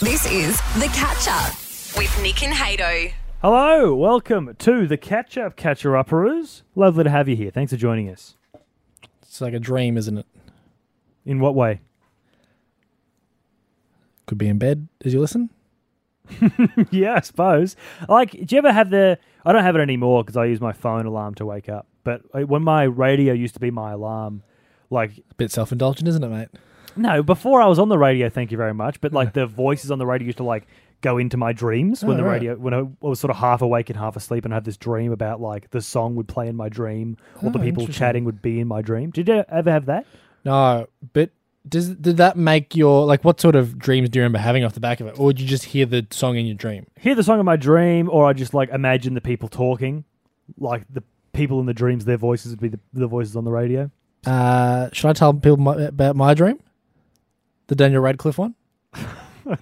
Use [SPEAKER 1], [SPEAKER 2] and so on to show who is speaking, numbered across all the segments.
[SPEAKER 1] This is The Catch Up with Nick and Hato.
[SPEAKER 2] Hello, welcome to the Catch Up Catcher Upperers. Lovely to have you here. Thanks for joining us.
[SPEAKER 3] It's like a dream, isn't it?
[SPEAKER 2] In what way?
[SPEAKER 3] Could be in bed as you listen.
[SPEAKER 2] yeah, I suppose. Like, do you ever have the? I don't have it anymore because I use my phone alarm to wake up. But uh, when my radio used to be my alarm, like
[SPEAKER 3] A bit self indulgent, isn't it, mate?
[SPEAKER 2] no, before I was on the radio, thank you very much. But like the voices on the radio used to like go into my dreams when
[SPEAKER 3] Oh,
[SPEAKER 2] the
[SPEAKER 3] right.
[SPEAKER 2] radio when I was sort of half awake and half asleep, and I had this dream about like the song would play in my dream, or the
[SPEAKER 3] Oh,
[SPEAKER 2] people
[SPEAKER 3] interesting.
[SPEAKER 2] chatting would be in my dream. Did you ever have that?
[SPEAKER 3] No, but does did that make your like what sort of dreams do you remember having off the back of it, or did you just hear the song in your dream?
[SPEAKER 2] hear the song in my dream, or I just like imagine the people talking, like the people in the dreams, their voices would be the, the voices on the radio.
[SPEAKER 3] Uh, should I tell people my, about my dream, the Daniel Radcliffe one?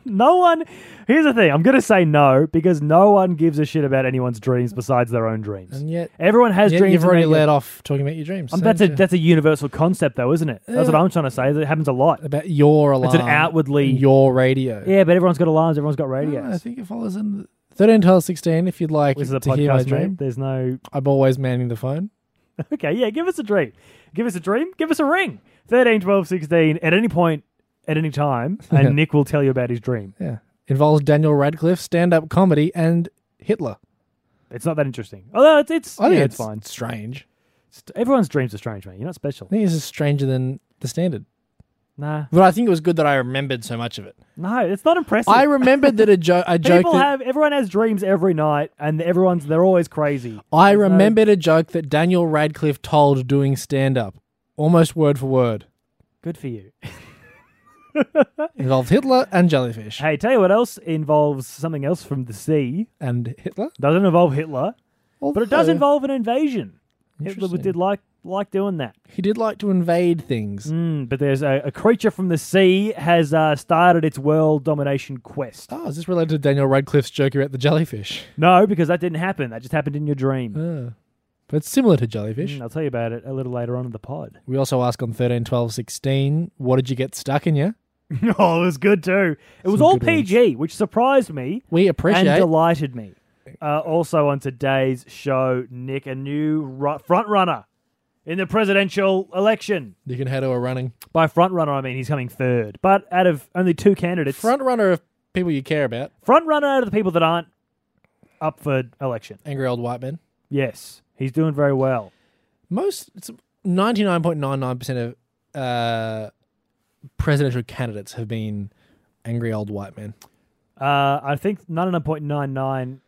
[SPEAKER 2] No one. Here's the thing. I'm gonna say no because no one gives a shit about anyone's dreams besides their own dreams.
[SPEAKER 3] And yet,
[SPEAKER 2] Everyone has
[SPEAKER 3] yet
[SPEAKER 2] dreams.
[SPEAKER 3] you've
[SPEAKER 2] and
[SPEAKER 3] already
[SPEAKER 2] they-
[SPEAKER 3] let off talking about your dreams.
[SPEAKER 2] Um,
[SPEAKER 3] so
[SPEAKER 2] that's a
[SPEAKER 3] yeah.
[SPEAKER 2] that's a universal concept though, isn't it? That's what I'm trying to say. is It happens a lot.
[SPEAKER 3] about your alarm.
[SPEAKER 2] It's an outwardly-
[SPEAKER 3] your radio.
[SPEAKER 2] Yeah, but everyone's got alarms. Everyone's got
[SPEAKER 3] Oh, I
[SPEAKER 2] radios.
[SPEAKER 3] think it follows in the, thirteen, twelve, sixteen. If you'd like
[SPEAKER 2] This is a
[SPEAKER 3] to hear my
[SPEAKER 2] podcast,
[SPEAKER 3] dream,
[SPEAKER 2] mate. There's no.
[SPEAKER 3] I'm always manning the phone.
[SPEAKER 2] Okay, yeah. Give us a dream. Give us a dream. Give us a ring. 13, 12, 16, At any point, at any time, and Nick will tell you about his dream.
[SPEAKER 3] Yeah. Involves Daniel Radcliffe, stand up comedy, and Hitler.
[SPEAKER 2] It's not that interesting. Although it's it's,
[SPEAKER 3] I think
[SPEAKER 2] yeah,
[SPEAKER 3] it's
[SPEAKER 2] it's, fine.
[SPEAKER 3] Strange.
[SPEAKER 2] St- Everyone's dreams are strange, mate. You're not special.
[SPEAKER 3] I think this is stranger than the standard.
[SPEAKER 2] Nah,
[SPEAKER 3] But I think it was good that I remembered so much of it.
[SPEAKER 2] no, it's not impressive.
[SPEAKER 3] I remembered that a, jo- a joke.
[SPEAKER 2] People
[SPEAKER 3] that-
[SPEAKER 2] have everyone has dreams every night, and everyone's they're always crazy.
[SPEAKER 3] I remembered a joke that Daniel Radcliffe told doing stand up, almost word for word.
[SPEAKER 2] Good for you.
[SPEAKER 3] Involved Hitler and jellyfish.
[SPEAKER 2] Hey, tell you what else involves something else from the sea.
[SPEAKER 3] And Hitler?
[SPEAKER 2] Doesn't involve Hitler, but it does
[SPEAKER 3] Although
[SPEAKER 2] involve an invasion. Hitler
[SPEAKER 3] Interesting.
[SPEAKER 2] did like like doing that.
[SPEAKER 3] He did like to invade things.
[SPEAKER 2] Mm, but there's a, a creature from the sea has uh, started its world domination quest.
[SPEAKER 3] Oh, is this related to Daniel Radcliffe's joke about the jellyfish?
[SPEAKER 2] No, because that didn't happen. That just happened in your dream.
[SPEAKER 3] Uh, but it's similar to jellyfish.
[SPEAKER 2] Mm, I'll tell you about it a little later on in the pod.
[SPEAKER 3] We also ask on 13, 12, 16, what did you get stuck in you?
[SPEAKER 2] Oh, it was good too. It was
[SPEAKER 3] Some
[SPEAKER 2] all
[SPEAKER 3] good ones.
[SPEAKER 2] PG, which surprised me
[SPEAKER 3] We
[SPEAKER 2] and
[SPEAKER 3] appreciate
[SPEAKER 2] delighted me. Uh, also on today's show, Nick, a new ru- front runner in the presidential election.
[SPEAKER 3] you can head to a running
[SPEAKER 2] By front runner, I mean he's coming third, but out of only two candidates,
[SPEAKER 3] front runner of people you care about.
[SPEAKER 2] front runner out of the people that aren't up for election.
[SPEAKER 3] Angry old white men.
[SPEAKER 2] Yes, he's doing very well.
[SPEAKER 3] Most it's ninety nine point nine nine percent of uh, presidential candidates have been angry old white men.
[SPEAKER 2] Uh, I think ninety nine point nine nine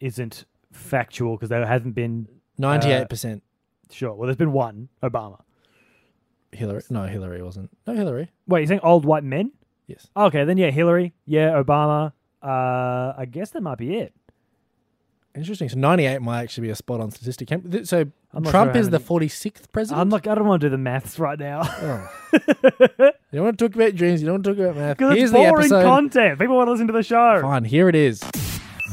[SPEAKER 2] isn't factual because there hasn't been
[SPEAKER 3] Ninety eight percent
[SPEAKER 2] sure. Well, there's been one Obama.
[SPEAKER 3] Hillary. No, Hillary wasn't. No, Hillary.
[SPEAKER 2] Wait, you're saying old white men?
[SPEAKER 3] Yes.
[SPEAKER 2] Okay, then yeah, Hillary, yeah, Obama. Uh, I guess that might be it.
[SPEAKER 3] Interesting. So ninety eight might actually be a spot on statistic. Can- th- So
[SPEAKER 2] I'm not
[SPEAKER 3] Trump
[SPEAKER 2] sure how
[SPEAKER 3] is the
[SPEAKER 2] many-
[SPEAKER 3] forty sixth president.
[SPEAKER 2] I'm not. I don't want to do the maths right now
[SPEAKER 3] You don't want to talk about dreams. You don't want to talk about math.
[SPEAKER 2] because it's
[SPEAKER 3] Here's
[SPEAKER 2] boring
[SPEAKER 3] the episode.
[SPEAKER 2] content. People want to listen to the show.
[SPEAKER 3] Fine. Here it is.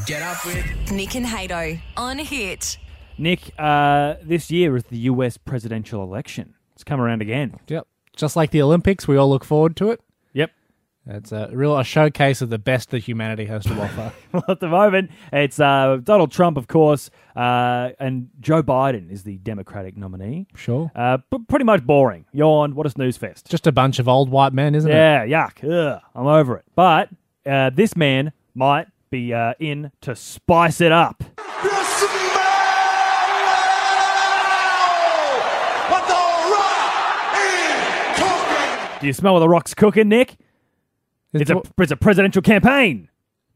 [SPEAKER 4] Get up with
[SPEAKER 1] Nick and Hato on Hit.
[SPEAKER 2] Nick, uh, this year is the U.S. presidential election. It's come around again.
[SPEAKER 3] Yep. Just like the Olympics, we all look forward to it.
[SPEAKER 2] Yep.
[SPEAKER 3] It's a real a showcase of the best that humanity has to offer.
[SPEAKER 2] Well, at the moment, it's uh, Donald Trump, of course, uh, and Joe Biden is the Democratic nominee.
[SPEAKER 3] sure.
[SPEAKER 2] Uh, but pretty much boring. Yawn. What a snooze fest.
[SPEAKER 3] Just a bunch of old white men, isn't it?
[SPEAKER 2] Yeah, yuck. Ugh, I'm over it. But uh, this man might be uh, in to spice it up.
[SPEAKER 5] What the rock is cooking!
[SPEAKER 2] Do you smell what the rock's cooking, Nick? It's
[SPEAKER 3] It's
[SPEAKER 2] a it's a presidential campaign.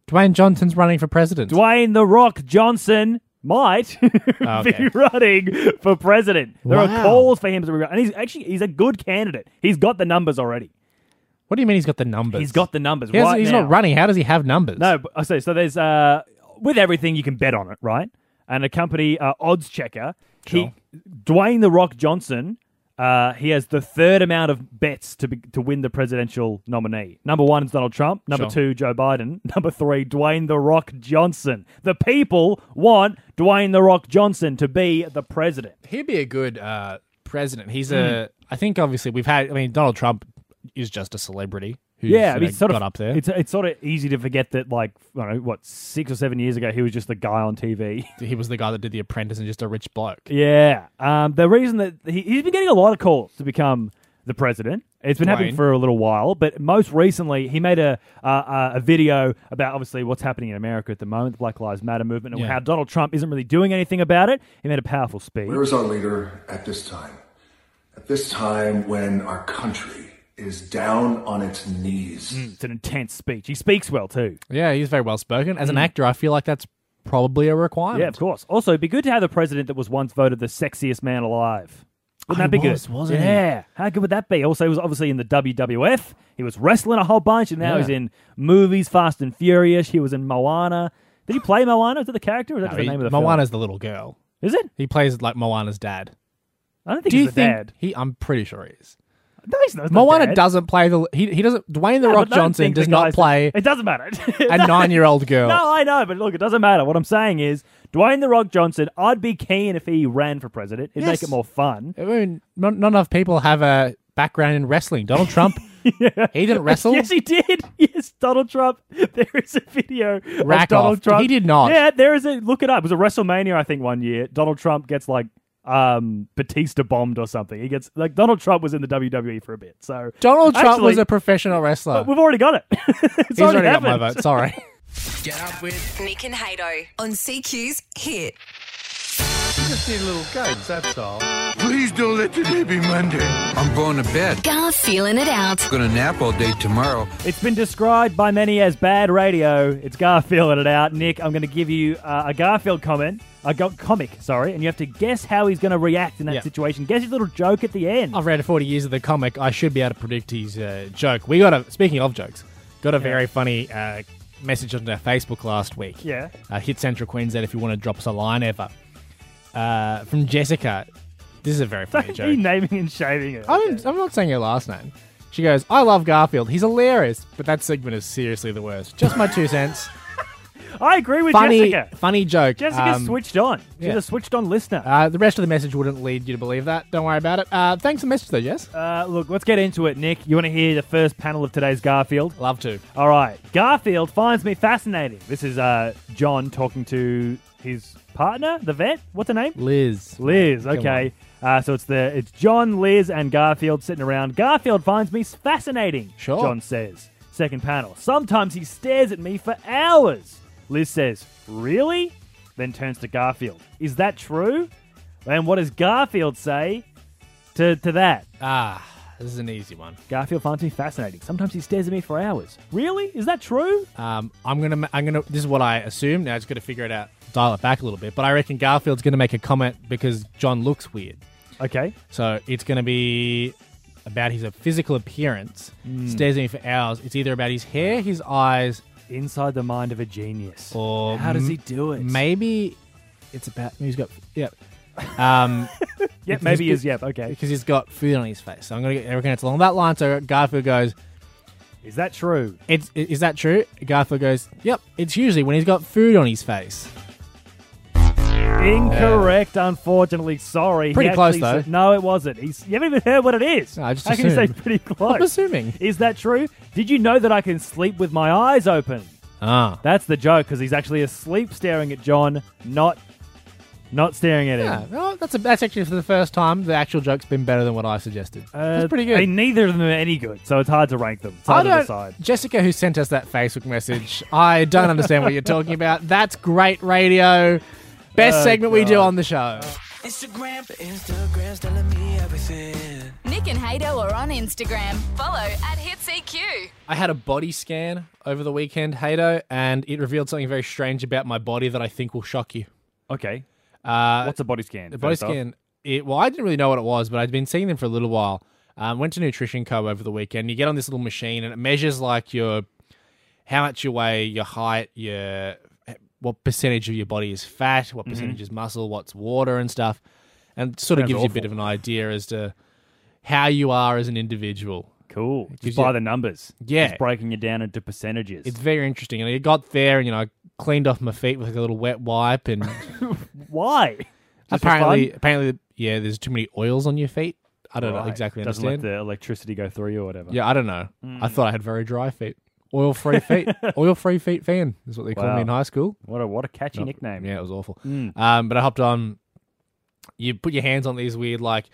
[SPEAKER 3] Dwayne Johnson's running for president.
[SPEAKER 2] Dwayne the Rock Johnson might be
[SPEAKER 3] Ah, okay.
[SPEAKER 2] running for president. There are
[SPEAKER 3] Wow.
[SPEAKER 2] calls for him to be run- and he's actually he's a good candidate. He's got the numbers already.
[SPEAKER 3] what do you mean he's got the numbers?
[SPEAKER 2] He's got the numbers
[SPEAKER 3] He hasn't-
[SPEAKER 2] right
[SPEAKER 3] he's
[SPEAKER 2] now.
[SPEAKER 3] not running. How does he have numbers?
[SPEAKER 2] No, but I say so. There's uh, with everything you can bet on it, right? And a company, uh, Odds Checker,
[SPEAKER 3] Sure.
[SPEAKER 2] he, Dwayne the Rock Johnson, uh, he has the third amount of bets to be, to win the presidential nominee. Number one is Donald Trump. Number
[SPEAKER 3] Sure.
[SPEAKER 2] two, Joe Biden. Number three, Dwayne the Rock Johnson. The people want Dwayne the Rock Johnson to be the president.
[SPEAKER 3] He'd be a good
[SPEAKER 2] Hmm.
[SPEAKER 3] uh, president. He's a. I think obviously we've had. I mean, Donald Trump is just a celebrity. who's
[SPEAKER 2] Yeah, I
[SPEAKER 3] you
[SPEAKER 2] mean,
[SPEAKER 3] know,
[SPEAKER 2] it's sort
[SPEAKER 3] got
[SPEAKER 2] of
[SPEAKER 3] up there.
[SPEAKER 2] It's it's sort of easy to forget that, like, I don't know, what six or seven years ago, he was just the guy on TV.
[SPEAKER 3] he was the guy that did The Apprentice and just a rich bloke.
[SPEAKER 2] yeah. Um, the reason that he, he's been getting a lot of calls to become the president. It's been happening
[SPEAKER 3] Dwayne.
[SPEAKER 2] for a little while, but most recently, he made a uh, uh, a video about obviously what's happening in America at the moment, the Black Lives Matter movement, and
[SPEAKER 3] Yeah.
[SPEAKER 2] how Donald Trump isn't really doing anything about it. He made a powerful speech.
[SPEAKER 4] Where is our leader at this time? At this time when our country is down on its knees.
[SPEAKER 2] It's an intense speech. He speaks well too.
[SPEAKER 3] Yeah, he's very well spoken. As an actor, I feel like that's probably a requirement.
[SPEAKER 2] Hmm. Yeah, of course. Also, it'd be good to have the president that was once voted the sexiest man alive. Wouldn't
[SPEAKER 3] Oh,
[SPEAKER 2] that be
[SPEAKER 3] he was,
[SPEAKER 2] good?
[SPEAKER 3] wasn't he?
[SPEAKER 2] yeah. How good would that be? Also, he was obviously in the WWF. He was wrestling a whole bunch, and now
[SPEAKER 3] Yeah.
[SPEAKER 2] he's in movies, Fast and Furious. He was in Moana. Did he play Moana? Is that the character? Or is that
[SPEAKER 3] No,
[SPEAKER 2] the
[SPEAKER 3] he-
[SPEAKER 2] name of the
[SPEAKER 3] Moana's the little girl.
[SPEAKER 2] Film? Is it?
[SPEAKER 3] He plays like Moana's dad.
[SPEAKER 2] I don't think
[SPEAKER 3] Do
[SPEAKER 2] he's
[SPEAKER 3] you
[SPEAKER 2] the
[SPEAKER 3] think
[SPEAKER 2] dad.
[SPEAKER 3] he? I'm pretty sure he is.
[SPEAKER 2] No, he's not. he's not
[SPEAKER 3] Moana
[SPEAKER 2] dad.
[SPEAKER 3] doesn't play the. He, he doesn't. Dwayne the
[SPEAKER 2] Yeah,
[SPEAKER 3] Rock
[SPEAKER 2] but I don't
[SPEAKER 3] Johnson
[SPEAKER 2] think the
[SPEAKER 3] does not
[SPEAKER 2] guy's the-
[SPEAKER 3] play
[SPEAKER 2] it doesn't matter.
[SPEAKER 3] a nine year old girl.
[SPEAKER 2] No, I know, but look, it doesn't matter. What I'm saying is, Dwayne the Rock Johnson. I'd be keen if he ran for president. It'd make
[SPEAKER 3] Yes.
[SPEAKER 2] it more fun.
[SPEAKER 3] I mean, not, not enough people have a background in wrestling. Donald Trump, he didn't wrestle.
[SPEAKER 2] Yes, he did. Yes, Donald Trump. There is a video of
[SPEAKER 3] Rack
[SPEAKER 2] Donald
[SPEAKER 3] off.
[SPEAKER 2] Trump.
[SPEAKER 3] He did not.
[SPEAKER 2] Yeah, there is a look it up. It was a WrestleMania, I think, one year. Donald Trump gets like um Batista bombed or something. He gets like Donald Trump was in the WWE for a bit. So
[SPEAKER 3] Donald Trump
[SPEAKER 2] Actually,
[SPEAKER 3] was a professional wrestler.
[SPEAKER 2] We've already got it. it's
[SPEAKER 3] He's already got my
[SPEAKER 2] happened.
[SPEAKER 3] vote. Sorry.
[SPEAKER 6] Get up with.
[SPEAKER 1] Nick and Hato on CQ's Hit.
[SPEAKER 6] Just need a little games, that's all.
[SPEAKER 5] Please don't let today be Monday.
[SPEAKER 6] I'm going to bed.
[SPEAKER 1] Gar feeling it out.
[SPEAKER 6] Gonna nap all day tomorrow.
[SPEAKER 2] It's been described by many as bad radio. It's Garfielding it out. Nick, I'm going to give you uh, a Garfield comment, a go- comic, sorry, and you have to guess how he's going to react in that
[SPEAKER 3] Yeah.
[SPEAKER 2] situation. Guess his little joke at the end.
[SPEAKER 3] I've read 40 years of the comic. I should be able to predict his uh, joke. We got a, speaking of jokes, got a very funny uh, message on our Facebook last week.
[SPEAKER 2] Yeah.
[SPEAKER 3] Uh, hit Central Queensland if you want to drop us a line ever. Uh, from Jessica. This is a very funny
[SPEAKER 2] He
[SPEAKER 3] joke.
[SPEAKER 2] naming and shaving it.
[SPEAKER 3] I'm, I'm not saying your last name. She goes, I love Garfield. He's hilarious, but that segment is seriously the worst. Just my two cents.
[SPEAKER 2] I agree with
[SPEAKER 3] funny,
[SPEAKER 2] Jessica.
[SPEAKER 3] funny joke.
[SPEAKER 2] Jessica's
[SPEAKER 3] Um,
[SPEAKER 2] switched on. She's
[SPEAKER 3] yeah.
[SPEAKER 2] a switched on listener.
[SPEAKER 3] Uh, the rest of the message wouldn't lead you to believe that. Don't worry about it. Uh, thanks for the message, though, Jess.
[SPEAKER 2] Uh, look, let's get into it, Nick. You want to hear the first panel of today's Garfield?
[SPEAKER 3] Love to.
[SPEAKER 2] All right. Garfield finds me fascinating. This is uh, John talking to his partner, the vet. What's her name?
[SPEAKER 3] Liz.
[SPEAKER 2] Liz.
[SPEAKER 3] Come
[SPEAKER 2] Okay. Uh, so it's the it's John, Liz, and Garfield sitting around. Garfield finds me fascinating.
[SPEAKER 3] Sure.
[SPEAKER 2] John says. Second panel. Sometimes he stares at me for hours. Liz says, "Really?" Then turns to Garfield. Is that true? And what does Garfield say to to that?
[SPEAKER 3] Ah, this is an easy one.
[SPEAKER 2] Garfield finds me fascinating. Sometimes he stares at me for hours. Really? Is that true?
[SPEAKER 3] Um, I'm gonna, ma- I'm gonna. This is what I assume. Now it's gonna figure it out, dial it back a little bit. But I reckon Garfield's gonna make a comment because John looks weird.
[SPEAKER 2] Okay.
[SPEAKER 3] So it's gonna be about his uh, physical appearance.
[SPEAKER 2] Hmm.
[SPEAKER 3] Stares at me for hours. It's either about his hair, his eyes,
[SPEAKER 2] Inside the mind of a genius.
[SPEAKER 3] or
[SPEAKER 2] How does
[SPEAKER 3] m-
[SPEAKER 2] he do it?
[SPEAKER 3] Maybe it's about he's got. Yep. Um,
[SPEAKER 2] Yep, maybe he
[SPEAKER 3] he's-
[SPEAKER 2] is. Yep. Okay.
[SPEAKER 3] because he's got food on his face. So I'm gonna. I reckon it's along that line. So Garfield goes.
[SPEAKER 2] Is that true?
[SPEAKER 3] It's, is that true? Garfield goes, "Yep." It's usually when he's got food on his face.
[SPEAKER 2] Incorrect, unfortunately. Sorry. He
[SPEAKER 3] Pretty close,
[SPEAKER 2] actually
[SPEAKER 3] though.
[SPEAKER 2] said- no, it wasn't. He's, you haven't even heard what it is.
[SPEAKER 3] No, I just
[SPEAKER 2] How can you say
[SPEAKER 3] assumed.
[SPEAKER 2] pretty close?
[SPEAKER 3] I'm assuming.
[SPEAKER 2] Is that true? Did you know that I can sleep with my eyes open?
[SPEAKER 3] Ah,
[SPEAKER 2] That's the joke because he's actually asleep staring at John, not not staring at
[SPEAKER 3] yeah.
[SPEAKER 2] him.
[SPEAKER 3] Well, that's a, that's actually for the first time the actual joke's been better than what I suggested.
[SPEAKER 2] Uh,
[SPEAKER 3] that's pretty good.
[SPEAKER 2] I mean, neither of them are any good, so it's hard to rank them. It's hard to decide.
[SPEAKER 3] Jessica, who sent us that Facebook message, I don't understand what you're talking about. That's great radio. Best segment we do on the show.
[SPEAKER 7] Instagram, but Instagram's telling me everything.
[SPEAKER 8] Nick and Hato are on Instagram. Follow at HitCQ.
[SPEAKER 3] I had a body scan over the weekend, Hato, and it revealed something very strange about my body that I think will shock you.
[SPEAKER 2] Okay.
[SPEAKER 3] Uh,
[SPEAKER 2] What's a body scan?
[SPEAKER 3] The body scan. It, well, I didn't really know what it was, but I'd been seeing them for a little while. Um, went to Nutrition Co over the weekend. You get on this little machine, and it measures like your how much you weigh, your height, your what percentage of your body is fat, what percentage is muscle, what's water and stuff, and sort of
[SPEAKER 2] Mm-hmm. Sounds
[SPEAKER 3] gives you a bit of an idea as to how you are as an individual.
[SPEAKER 2] Cool.
[SPEAKER 3] gives
[SPEAKER 2] Just by
[SPEAKER 3] you-
[SPEAKER 2] the numbers.
[SPEAKER 3] Yeah.
[SPEAKER 2] Just breaking it down into percentages.
[SPEAKER 3] It's very interesting. And I got there, and you know, I cleaned off my feet with like a little wet wipe, and
[SPEAKER 2] Why? Just for
[SPEAKER 3] apparently,
[SPEAKER 2] fun?
[SPEAKER 3] apparently, yeah, there's too many oils on your feet. I don't know
[SPEAKER 2] Right.
[SPEAKER 3] uh, exactly
[SPEAKER 2] Doesn't
[SPEAKER 3] understand.
[SPEAKER 2] let the electricity go through you or whatever.
[SPEAKER 3] Yeah, I don't know.
[SPEAKER 2] Mm.
[SPEAKER 3] I thought I had very dry feet. Oil free feet. Oil free feet fan is what they called
[SPEAKER 2] Wow. Mm.
[SPEAKER 3] me in high school.
[SPEAKER 2] What a what a catchy nickname.
[SPEAKER 3] Yeah, it was awful. Um, but I hopped on. You put your hands on these weird, like,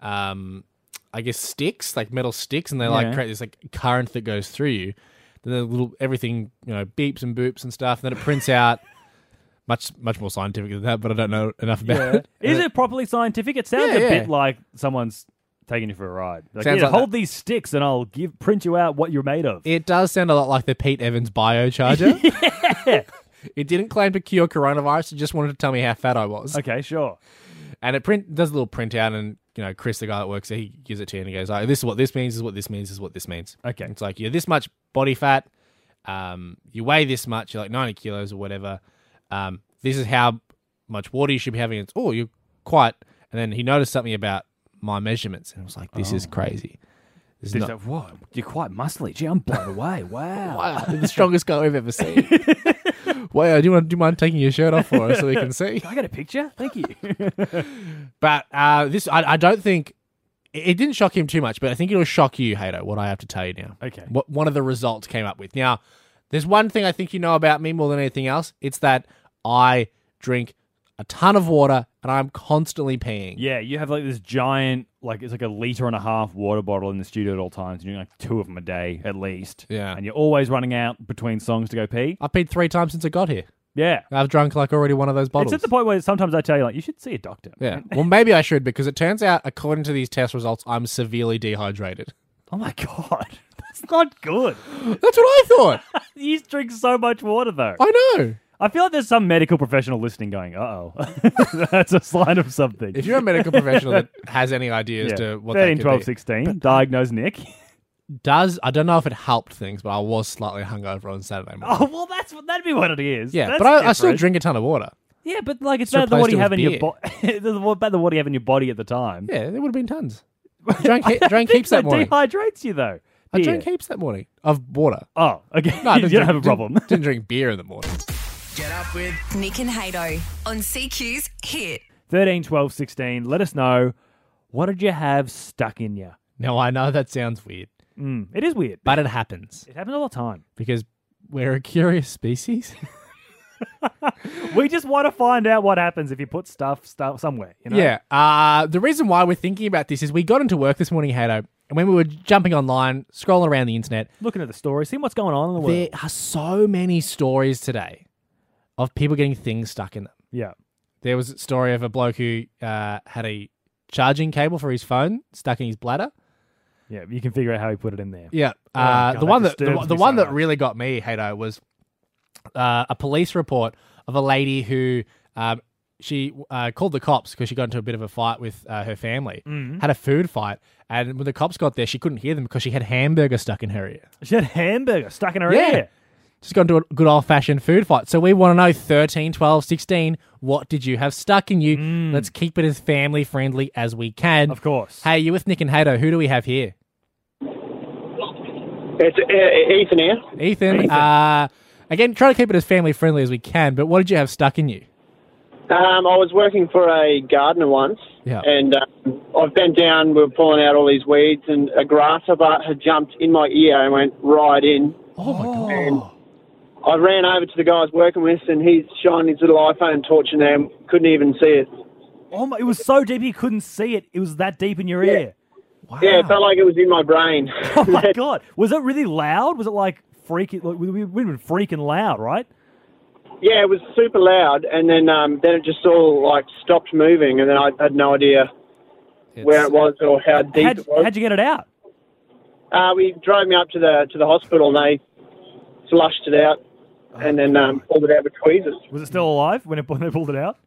[SPEAKER 3] um, I guess sticks, like metal sticks, and they like
[SPEAKER 2] Yeah.
[SPEAKER 3] create this like current that goes through you. Then the little everything, you know, beeps and boops and stuff. And then it prints out much much more scientific than that, but I don't know enough about it.
[SPEAKER 2] Is it properly scientific? It sounds
[SPEAKER 3] Yeah,
[SPEAKER 2] a
[SPEAKER 3] yeah.
[SPEAKER 2] bit like someone's taking you for a ride. Like,
[SPEAKER 3] Sounds
[SPEAKER 2] "Here,
[SPEAKER 3] like
[SPEAKER 2] hold these sticks and I'll give print you out what you're made of.
[SPEAKER 3] It does sound a lot like the Pete Evans biocharger. It didn't claim to cure coronavirus. It just wanted to tell me how fat I was.
[SPEAKER 2] okay, sure.
[SPEAKER 3] And it print does a little printout, and you know Chris, the guy that works there, he gives it to you and he goes, "Oh, this is what this means. This is what this means. This is what this means."
[SPEAKER 2] Okay.
[SPEAKER 3] It's like you're this much body fat. Um, you weigh this much. You're like 90 kilos or whatever. Um, this is how much water you should be having. It's oh, you're quite. And then he noticed something about my measurements, and I was like, "This
[SPEAKER 2] Oh.
[SPEAKER 3] is crazy." This is
[SPEAKER 2] It's
[SPEAKER 3] not-
[SPEAKER 2] like, whoa, you're quite muscly. Gee, I'm blown away. Wow.
[SPEAKER 3] Wow, you're the strongest guy we've ever seen. Wow, do you want do you mind taking your shirt off for us so we can see?
[SPEAKER 2] Can I get a picture? Thank you.
[SPEAKER 3] But uh, this, I, I don't think it, it didn't shock him too much, but I think it'll shock you, Hato, what I have to tell you now.
[SPEAKER 2] Okay.
[SPEAKER 3] What one of the results came up with. Now, there's one thing I think you know about me more than anything else. It's that I drink a ton of water and I'm constantly peeing.
[SPEAKER 2] yeah, you have like this giant, like it's like a liter and a half water bottle in the studio at all times. And you're like two of them a day at least.
[SPEAKER 3] Yeah.
[SPEAKER 2] And you're always running out between songs to go pee.
[SPEAKER 3] I've peed three times since I got here.
[SPEAKER 2] Yeah.
[SPEAKER 3] I've drunk like already one of those bottles.
[SPEAKER 2] It's at the point where sometimes I tell you, like, you should see a doctor.
[SPEAKER 3] yeah. Well, maybe I should because it turns out, according to these test results, I'm severely dehydrated.
[SPEAKER 2] Oh my God. That's not good.
[SPEAKER 3] That's what I thought.
[SPEAKER 2] You drink so much water, though.
[SPEAKER 3] I know.
[SPEAKER 2] I feel like there's some medical professional listening going, uh oh, that's a sign of something.
[SPEAKER 3] If you're a medical professional that has any ideas
[SPEAKER 2] Yeah.
[SPEAKER 3] to uh, what
[SPEAKER 2] 13,
[SPEAKER 3] that could
[SPEAKER 2] 12,
[SPEAKER 3] be, uh,
[SPEAKER 2] 16, diagnose Nick.
[SPEAKER 3] does I don't know if it helped things, but I was slightly hungover on Saturday morning.
[SPEAKER 2] Oh, well, that's what that'd be what it is.
[SPEAKER 3] yeah,
[SPEAKER 2] That's
[SPEAKER 3] but I, I still
[SPEAKER 2] different.
[SPEAKER 3] drink a ton of water.
[SPEAKER 2] Yeah, but like it's,
[SPEAKER 3] Just
[SPEAKER 2] about the what
[SPEAKER 3] replaced
[SPEAKER 2] you
[SPEAKER 3] it
[SPEAKER 2] have in
[SPEAKER 3] with
[SPEAKER 2] your body. about the what you have in your body at the time.
[SPEAKER 3] Yeah, there would have been tons. Drank, he-
[SPEAKER 2] I
[SPEAKER 3] drank
[SPEAKER 2] think
[SPEAKER 3] heaps that morning.
[SPEAKER 2] dehydrates you though.
[SPEAKER 3] I drank
[SPEAKER 2] Beer.
[SPEAKER 3] heaps that morning of water.
[SPEAKER 2] Oh, okay.
[SPEAKER 3] I
[SPEAKER 2] you
[SPEAKER 3] didn't
[SPEAKER 2] don't
[SPEAKER 3] drink-
[SPEAKER 2] have a problem.
[SPEAKER 3] Didn't, didn't drink beer in the morning.
[SPEAKER 1] Nick and Hato on CQ's Hit.
[SPEAKER 2] 13, 12, 16. Let us know what did you have stuck in you.
[SPEAKER 3] No, I know that sounds weird,
[SPEAKER 2] Mm, it is weird.
[SPEAKER 3] but it happens
[SPEAKER 2] It happens all the time.
[SPEAKER 3] because we're a curious species.
[SPEAKER 2] We just want to find out what happens if you put stuff stuff somewhere. You know?
[SPEAKER 3] Yeah. Uh, the reason why we're thinking about this is we got into work this morning, Hato, and when we were jumping online, scrolling around the internet,
[SPEAKER 2] Looking at the story, seeing what's going on in the world.
[SPEAKER 3] There are so many stories today of people getting things stuck in them.
[SPEAKER 2] Yeah.
[SPEAKER 3] There was a story of a bloke who uh, had a charging cable for his phone stuck in his bladder.
[SPEAKER 2] Yeah. You can figure out how he put it in there.
[SPEAKER 3] Yeah,
[SPEAKER 2] Oh,
[SPEAKER 3] uh,
[SPEAKER 2] God,
[SPEAKER 3] the
[SPEAKER 2] that
[SPEAKER 3] one that the,
[SPEAKER 2] disturbs
[SPEAKER 3] one- the
[SPEAKER 2] me so
[SPEAKER 3] one that
[SPEAKER 2] much.
[SPEAKER 3] really got me, Hato, was uh, a police report of a lady who um, she uh, called the cops because she got into a bit of a fight with uh, her family,
[SPEAKER 2] Mm-hmm.
[SPEAKER 3] had a food fight, and when the cops got there, she couldn't hear them because she had hamburger stuck in her ear.
[SPEAKER 2] She had hamburger stuck in her
[SPEAKER 3] Yeah.
[SPEAKER 2] ear.
[SPEAKER 3] Just got into a good old fashioned food fight. So we want to know 13, 12, 16, what did you have stuck in you? Let's keep it as family friendly as we can.
[SPEAKER 2] Mm. Of course.
[SPEAKER 3] Hey, you with Nick and Hato. Who do we have here?
[SPEAKER 9] It's uh, Ethan here.
[SPEAKER 3] Ethan. Uh, again, try to keep it as family friendly as we can, but what did you have stuck in you?
[SPEAKER 9] Um, I was working for a gardener once,
[SPEAKER 3] Yeah.
[SPEAKER 9] and um, I've bent down. We were pulling out all these weeds, and a grasshopper had jumped in my ear and went right in.
[SPEAKER 3] Oh, my God.
[SPEAKER 9] I ran over to the guy I was working with, and he's shining his little iPhone torch in there and couldn't even see it.
[SPEAKER 2] Oh my! It was so deep you couldn't see it. It was that deep in your ear. Wow.
[SPEAKER 9] Yeah, it felt like it was in my brain.
[SPEAKER 2] oh my god! Was it really loud? Was it like freaking? Like, we we- we'd been freaking loud, right?
[SPEAKER 9] yeah, it was super loud, and then um, then it just all like stopped moving, and then I had no idea where it was or how deep
[SPEAKER 2] How'd,
[SPEAKER 9] it was.
[SPEAKER 2] how'd you get it out?
[SPEAKER 9] Uh, we drove me up to the to the hospital and they flushed it out and then um, pulled it out with tweezers.
[SPEAKER 2] Was it still alive when, it, when they pulled it out?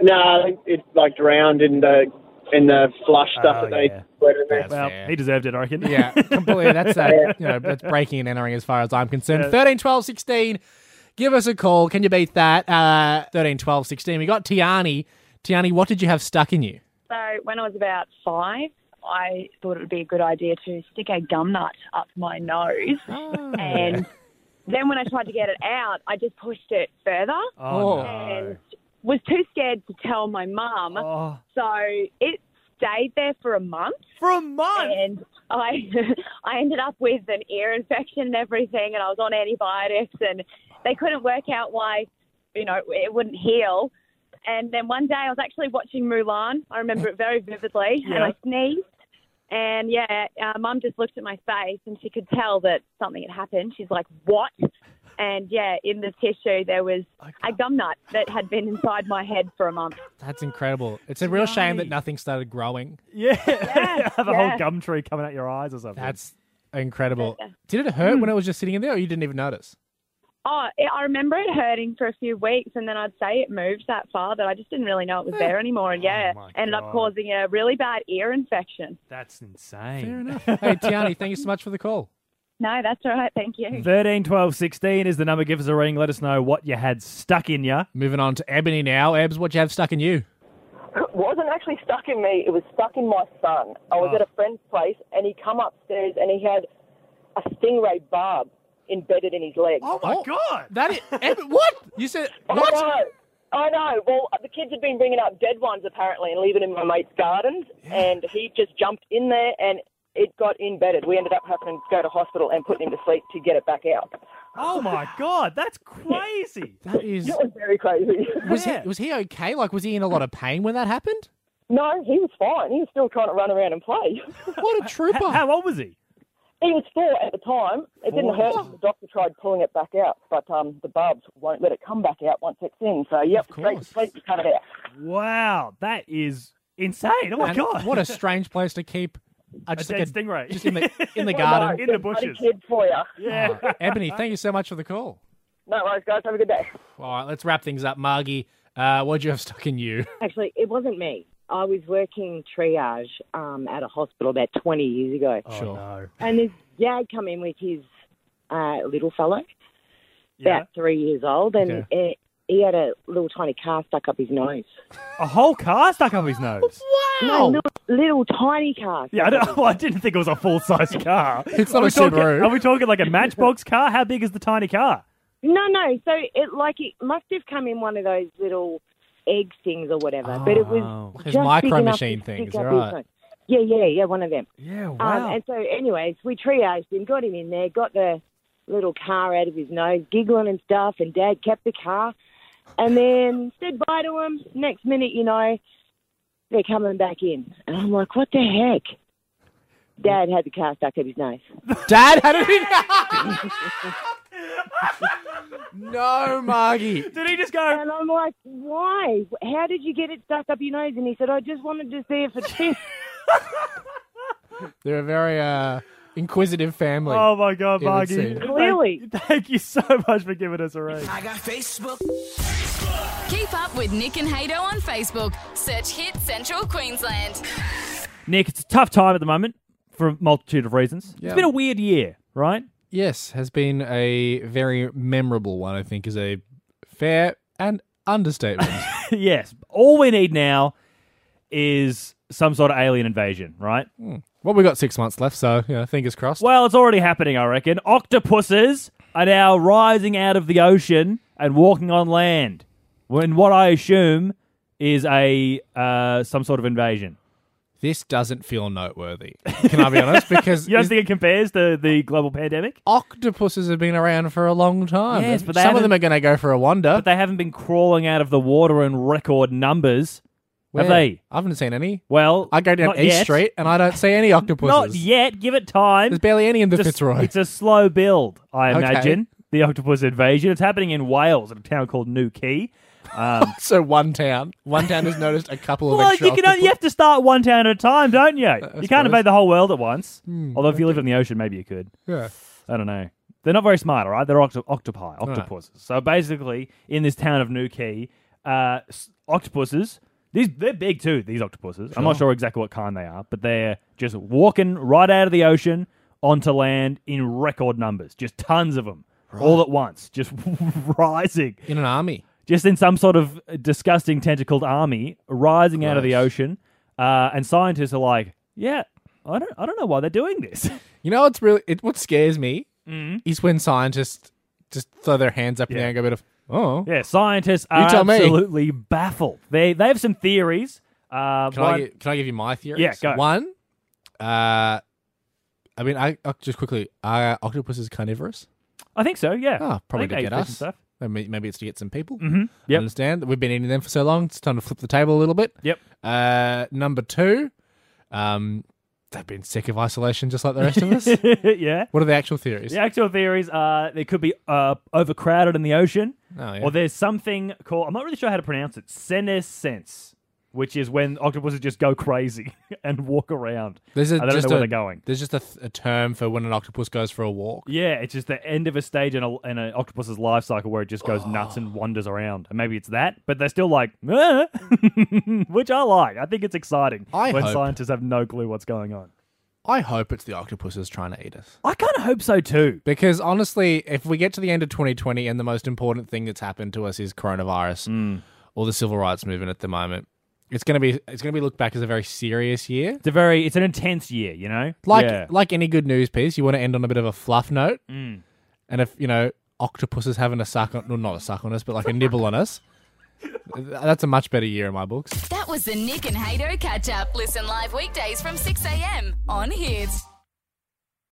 [SPEAKER 9] No, uh, it like drowned in the in the flush stuff
[SPEAKER 2] Oh,
[SPEAKER 9] that they
[SPEAKER 2] yeah.
[SPEAKER 9] put in there.
[SPEAKER 3] That's
[SPEAKER 2] Well,
[SPEAKER 3] fair.
[SPEAKER 2] he deserved it, I reckon.
[SPEAKER 3] Yeah, completely. That's uh, you know that's breaking and entering as far as I'm concerned.
[SPEAKER 2] Yeah.
[SPEAKER 3] 13, 12, 16. Give us a call. Can you beat that? Uh, 13, 12, 16. We got Tiani. Tiani, what did you have stuck in you?
[SPEAKER 10] So when I was about five, I thought it would be a good idea to stick a gum nut up my nose.
[SPEAKER 2] Oh,
[SPEAKER 10] And then when I tried to get it out, I just pushed it further
[SPEAKER 2] Oh, no.
[SPEAKER 3] Oh.
[SPEAKER 10] and was too scared to tell my mum.
[SPEAKER 2] Oh,
[SPEAKER 10] So it stayed there for a month.
[SPEAKER 2] For a month.
[SPEAKER 10] And I I ended up with an ear infection and everything, and I was on antibiotics, and they couldn't work out why, you know, it wouldn't heal. And then one day I was actually watching Mulan. I remember it very vividly, and
[SPEAKER 2] Yeah.
[SPEAKER 10] I sneezed. And yeah, uh, mum just looked at my face and she could tell that something had happened. She's like, What? And yeah, in the tissue, there was a gum nut that had been inside my head for a month.
[SPEAKER 3] That's incredible. It's a real shame that nothing started growing.
[SPEAKER 2] Yeah. Have a whole
[SPEAKER 10] yeah.
[SPEAKER 2] gum tree coming out your eyes or something.
[SPEAKER 3] That's incredible. Did it hurt when it was just sitting in there, or you didn't even notice?
[SPEAKER 10] Oh, it, I remember it hurting for a few weeks, and then I'd say it moved that far that I just didn't really know it was there anymore. And yeah,
[SPEAKER 2] Hmm. Oh my
[SPEAKER 10] ended
[SPEAKER 2] God.
[SPEAKER 10] up causing a really bad ear infection.
[SPEAKER 2] That's insane.
[SPEAKER 3] Fair enough. hey, Tiani, thank you so much for the call.
[SPEAKER 10] No, that's all right. Thank you.
[SPEAKER 2] 13 12 16 is the number. Give us a ring. Let us know what you had stuck in you.
[SPEAKER 3] Moving on to Ebony now. Ebs, what you have stuck in you?
[SPEAKER 11] It wasn't actually stuck in me. It was stuck in my son. I was
[SPEAKER 2] Oh.
[SPEAKER 11] at a friend's place, and he come upstairs, and he had a stingray barb embedded in his leg.
[SPEAKER 2] Oh,
[SPEAKER 3] Oh.
[SPEAKER 2] my God.
[SPEAKER 3] That is, Eb, what? You said
[SPEAKER 2] Oh,
[SPEAKER 11] I know. I know. Well, the kids had been bringing up dead ones apparently and leaving in my mate's gardens, and he just jumped in there and it got embedded. We ended up having to go to hospital and put him to sleep to get it back out.
[SPEAKER 2] Oh, my God. That's crazy.
[SPEAKER 3] That is.
[SPEAKER 11] It was very crazy.
[SPEAKER 3] Was
[SPEAKER 2] Yeah.
[SPEAKER 3] he was he okay? Like, was he in a lot of pain when that happened?
[SPEAKER 11] no, he was fine. He was still trying to run around and play.
[SPEAKER 3] What a trooper!
[SPEAKER 2] How, oh how old was he?
[SPEAKER 11] He was four at the time. It did didn't hurt. him. The doctor tried pulling it back out, but um, the barbs won't let it come back out once it's in. So, yep,
[SPEAKER 3] Of
[SPEAKER 11] straight to
[SPEAKER 3] course.
[SPEAKER 11] sleep to cut it out.
[SPEAKER 2] Wow. That is insane. Oh, my
[SPEAKER 3] And
[SPEAKER 2] God.
[SPEAKER 3] What a strange place to keep a,
[SPEAKER 2] a
[SPEAKER 3] just
[SPEAKER 2] dead
[SPEAKER 3] like a-
[SPEAKER 2] stingray.
[SPEAKER 3] just in the in the
[SPEAKER 11] Well,
[SPEAKER 3] garden.
[SPEAKER 11] no,
[SPEAKER 2] In the
[SPEAKER 11] good bloody
[SPEAKER 2] bushes.
[SPEAKER 11] kid for you.
[SPEAKER 2] yeah.
[SPEAKER 3] Oh, Ebony, thank you so much for the call.
[SPEAKER 11] No worries, guys. Have a good day.
[SPEAKER 3] All right, let's wrap things up. Margie, uh, what'd you have stuck in you?
[SPEAKER 12] Actually, it wasn't me. I was working triage um, at a hospital about 20 years ago.
[SPEAKER 3] sure.
[SPEAKER 12] And this dad come in with his uh, little fellow,
[SPEAKER 2] Yeah.
[SPEAKER 12] about three years old, and eh, he had a little tiny car stuck up his nose.
[SPEAKER 2] A whole car stuck up his nose.
[SPEAKER 12] No, little, little tiny car.
[SPEAKER 2] Yeah, I, don't, well, I didn't think it was a full size car.
[SPEAKER 3] It's not
[SPEAKER 2] are we
[SPEAKER 3] a
[SPEAKER 2] talking,
[SPEAKER 3] Subaru.
[SPEAKER 2] Are we talking like a Matchbox car? How big is the tiny car?
[SPEAKER 12] No, no. So it like it must have come in one of those little egg things or whatever. but it
[SPEAKER 2] Oh.
[SPEAKER 12] was
[SPEAKER 3] Those
[SPEAKER 12] just
[SPEAKER 3] micro
[SPEAKER 12] big enough to
[SPEAKER 3] machine
[SPEAKER 12] stick
[SPEAKER 3] things,
[SPEAKER 12] up
[SPEAKER 3] they're
[SPEAKER 12] his
[SPEAKER 3] right.
[SPEAKER 12] nose. Yeah, yeah, yeah. One of them.
[SPEAKER 2] Yeah,
[SPEAKER 12] Um, and so, anyways, we triaged him, got him in there, got the little car out of his nose, giggling and stuff, and Dad kept the car. And then said bye to him. Next minute, you know, they're coming back in. And I'm like, what the heck? Dad had the car stuck up his nose.
[SPEAKER 3] Dad had it in. no, Margie.
[SPEAKER 2] Did he just go?
[SPEAKER 3] Um,
[SPEAKER 12] And I'm like, why? How did you get it stuck up your nose? And he said, I just wanted to see if it fit.
[SPEAKER 3] They're a very uh, inquisitive family.
[SPEAKER 2] Oh my God,
[SPEAKER 3] It would
[SPEAKER 2] Margie!
[SPEAKER 3] seem.
[SPEAKER 12] Clearly.
[SPEAKER 2] thank, thank you so much for giving us a ring.
[SPEAKER 7] I got Facebook.
[SPEAKER 8] Keep up with Nick and Hato on Facebook. Search Hit Central Queensland.
[SPEAKER 2] Nick, it's a tough time at the moment for a multitude of reasons.
[SPEAKER 3] Yeah.
[SPEAKER 2] It's been a weird year, right?
[SPEAKER 3] Yes, has been a very memorable one. I think is a fair and understatement.
[SPEAKER 2] yes. All we need now is some sort of alien invasion, right?
[SPEAKER 3] well, we got six months left, so you know, fingers crossed.
[SPEAKER 2] Well, it's already happening, I reckon. Octopuses are now rising out of the ocean and walking on land. When what I assume is a uh, some sort of invasion.
[SPEAKER 3] This doesn't feel noteworthy. Can I be honest? Because
[SPEAKER 2] You don't
[SPEAKER 3] is-
[SPEAKER 2] think it compares to the global pandemic?
[SPEAKER 3] octopuses have been around for a long time.
[SPEAKER 2] Yes,
[SPEAKER 3] and
[SPEAKER 2] but they
[SPEAKER 3] some of
[SPEAKER 2] haven't-
[SPEAKER 3] them are going to go for a wander.
[SPEAKER 2] But they haven't been crawling out of the water in record numbers, have
[SPEAKER 3] Where?
[SPEAKER 2] they?
[SPEAKER 3] I haven't seen any.
[SPEAKER 2] Well,
[SPEAKER 3] I go down
[SPEAKER 2] not
[SPEAKER 3] East
[SPEAKER 2] yet.
[SPEAKER 3] Street and I don't see any octopuses.
[SPEAKER 2] Not yet. Give it time.
[SPEAKER 3] There's barely any in the
[SPEAKER 2] Just-
[SPEAKER 3] Fitzroy.
[SPEAKER 2] It's a slow build, I
[SPEAKER 3] Okay.
[SPEAKER 2] imagine. The octopus invasion. It's happening in Wales at a town called New Key.
[SPEAKER 3] So one town, one town has noticed a couple of
[SPEAKER 2] Well,
[SPEAKER 3] extra Uh,
[SPEAKER 2] you can only, you have to start one town at a time, don't you? you can't
[SPEAKER 3] suppose.
[SPEAKER 2] invade the whole world at once.
[SPEAKER 3] Hmm,
[SPEAKER 2] Although if you lived in the ocean, maybe you could.
[SPEAKER 3] octopus-
[SPEAKER 2] I don't know. They're not very smart, all right? They're octo- octopi, octopuses. So basically, in this town of New Key, uh, s- octopuses. These they're big too. These octopuses. I'm not sure exactly what kind they are, but they're just walking right out of the ocean onto land in record numbers. Just tons of them, all at once, just rising
[SPEAKER 3] yeah, in an army.
[SPEAKER 2] just in some sort of disgusting tentacled army rising out of the
[SPEAKER 3] Gross.
[SPEAKER 2] ocean, uh, and scientists are like, "Yeah, I don't, I don't know why they're doing this."
[SPEAKER 3] You know what's really it, what scares me is when scientists just throw their hands up in the
[SPEAKER 2] Yeah.
[SPEAKER 3] air and go a bit of oh
[SPEAKER 2] yeah, scientists are
[SPEAKER 3] tell me.
[SPEAKER 2] absolutely baffled. They they have some theories. Uh,
[SPEAKER 3] Can, I,
[SPEAKER 2] one-
[SPEAKER 3] gi- can I give you my theories?
[SPEAKER 2] Yeah, go.
[SPEAKER 3] One, uh, I mean, I, I just quickly, are octopuses carnivorous?
[SPEAKER 2] I think so. Yeah.
[SPEAKER 3] Oh, probably
[SPEAKER 2] I think
[SPEAKER 3] to
[SPEAKER 2] they eat
[SPEAKER 3] get
[SPEAKER 2] fish and
[SPEAKER 3] us.
[SPEAKER 2] stuff.
[SPEAKER 3] Maybe, maybe it's to get some people.
[SPEAKER 2] Mhm. Yep.
[SPEAKER 3] I understand that we've been eating them for so long. It's time to flip the table a little bit.
[SPEAKER 2] Yep.
[SPEAKER 3] Uh, number two, um, they've been sick of isolation just like the rest of us.
[SPEAKER 2] yeah.
[SPEAKER 3] What are the actual theories?
[SPEAKER 2] The actual theories are they could be uh, overcrowded in the ocean,
[SPEAKER 3] Oh, yeah.
[SPEAKER 2] or there's something called I'm not really sure how to pronounce it, senescence, which is when octopuses just go crazy and walk around.
[SPEAKER 3] There's a,
[SPEAKER 2] I don't
[SPEAKER 3] just
[SPEAKER 2] know where
[SPEAKER 3] a-
[SPEAKER 2] they're going.
[SPEAKER 3] There's just a, th- a term for when an octopus goes for a walk.
[SPEAKER 2] Yeah, it's just the end of a stage in, a, in an octopus's life cycle where it just goes nuts and wanders around. And maybe it's that, but they're still like, "Ah," which I like. I think it's exciting
[SPEAKER 3] I
[SPEAKER 2] when
[SPEAKER 3] hope-
[SPEAKER 2] scientists have no clue what's going on.
[SPEAKER 3] I hope it's the octopuses trying to eat us.
[SPEAKER 2] I kind of hope so too.
[SPEAKER 3] Because honestly, if we get to the end of 2020 and the most important thing that's happened to us is coronavirus
[SPEAKER 2] Mm.
[SPEAKER 3] or the civil rights movement at the moment, it's gonna be it's gonna be looked back as a very serious year.
[SPEAKER 2] It's a very, it's an intense year, you know.
[SPEAKER 3] Like
[SPEAKER 2] Yeah.
[SPEAKER 3] like any good news piece, you want to end on a bit of a fluff note.
[SPEAKER 2] Mm.
[SPEAKER 3] And if you know octopuses having a suck on, well, not a suck on us, but like a nibble on us, th- that's a much better year in my books.
[SPEAKER 8] That was the Nick and Hato catch up. Listen live weekdays from 6 a.m. on Hits.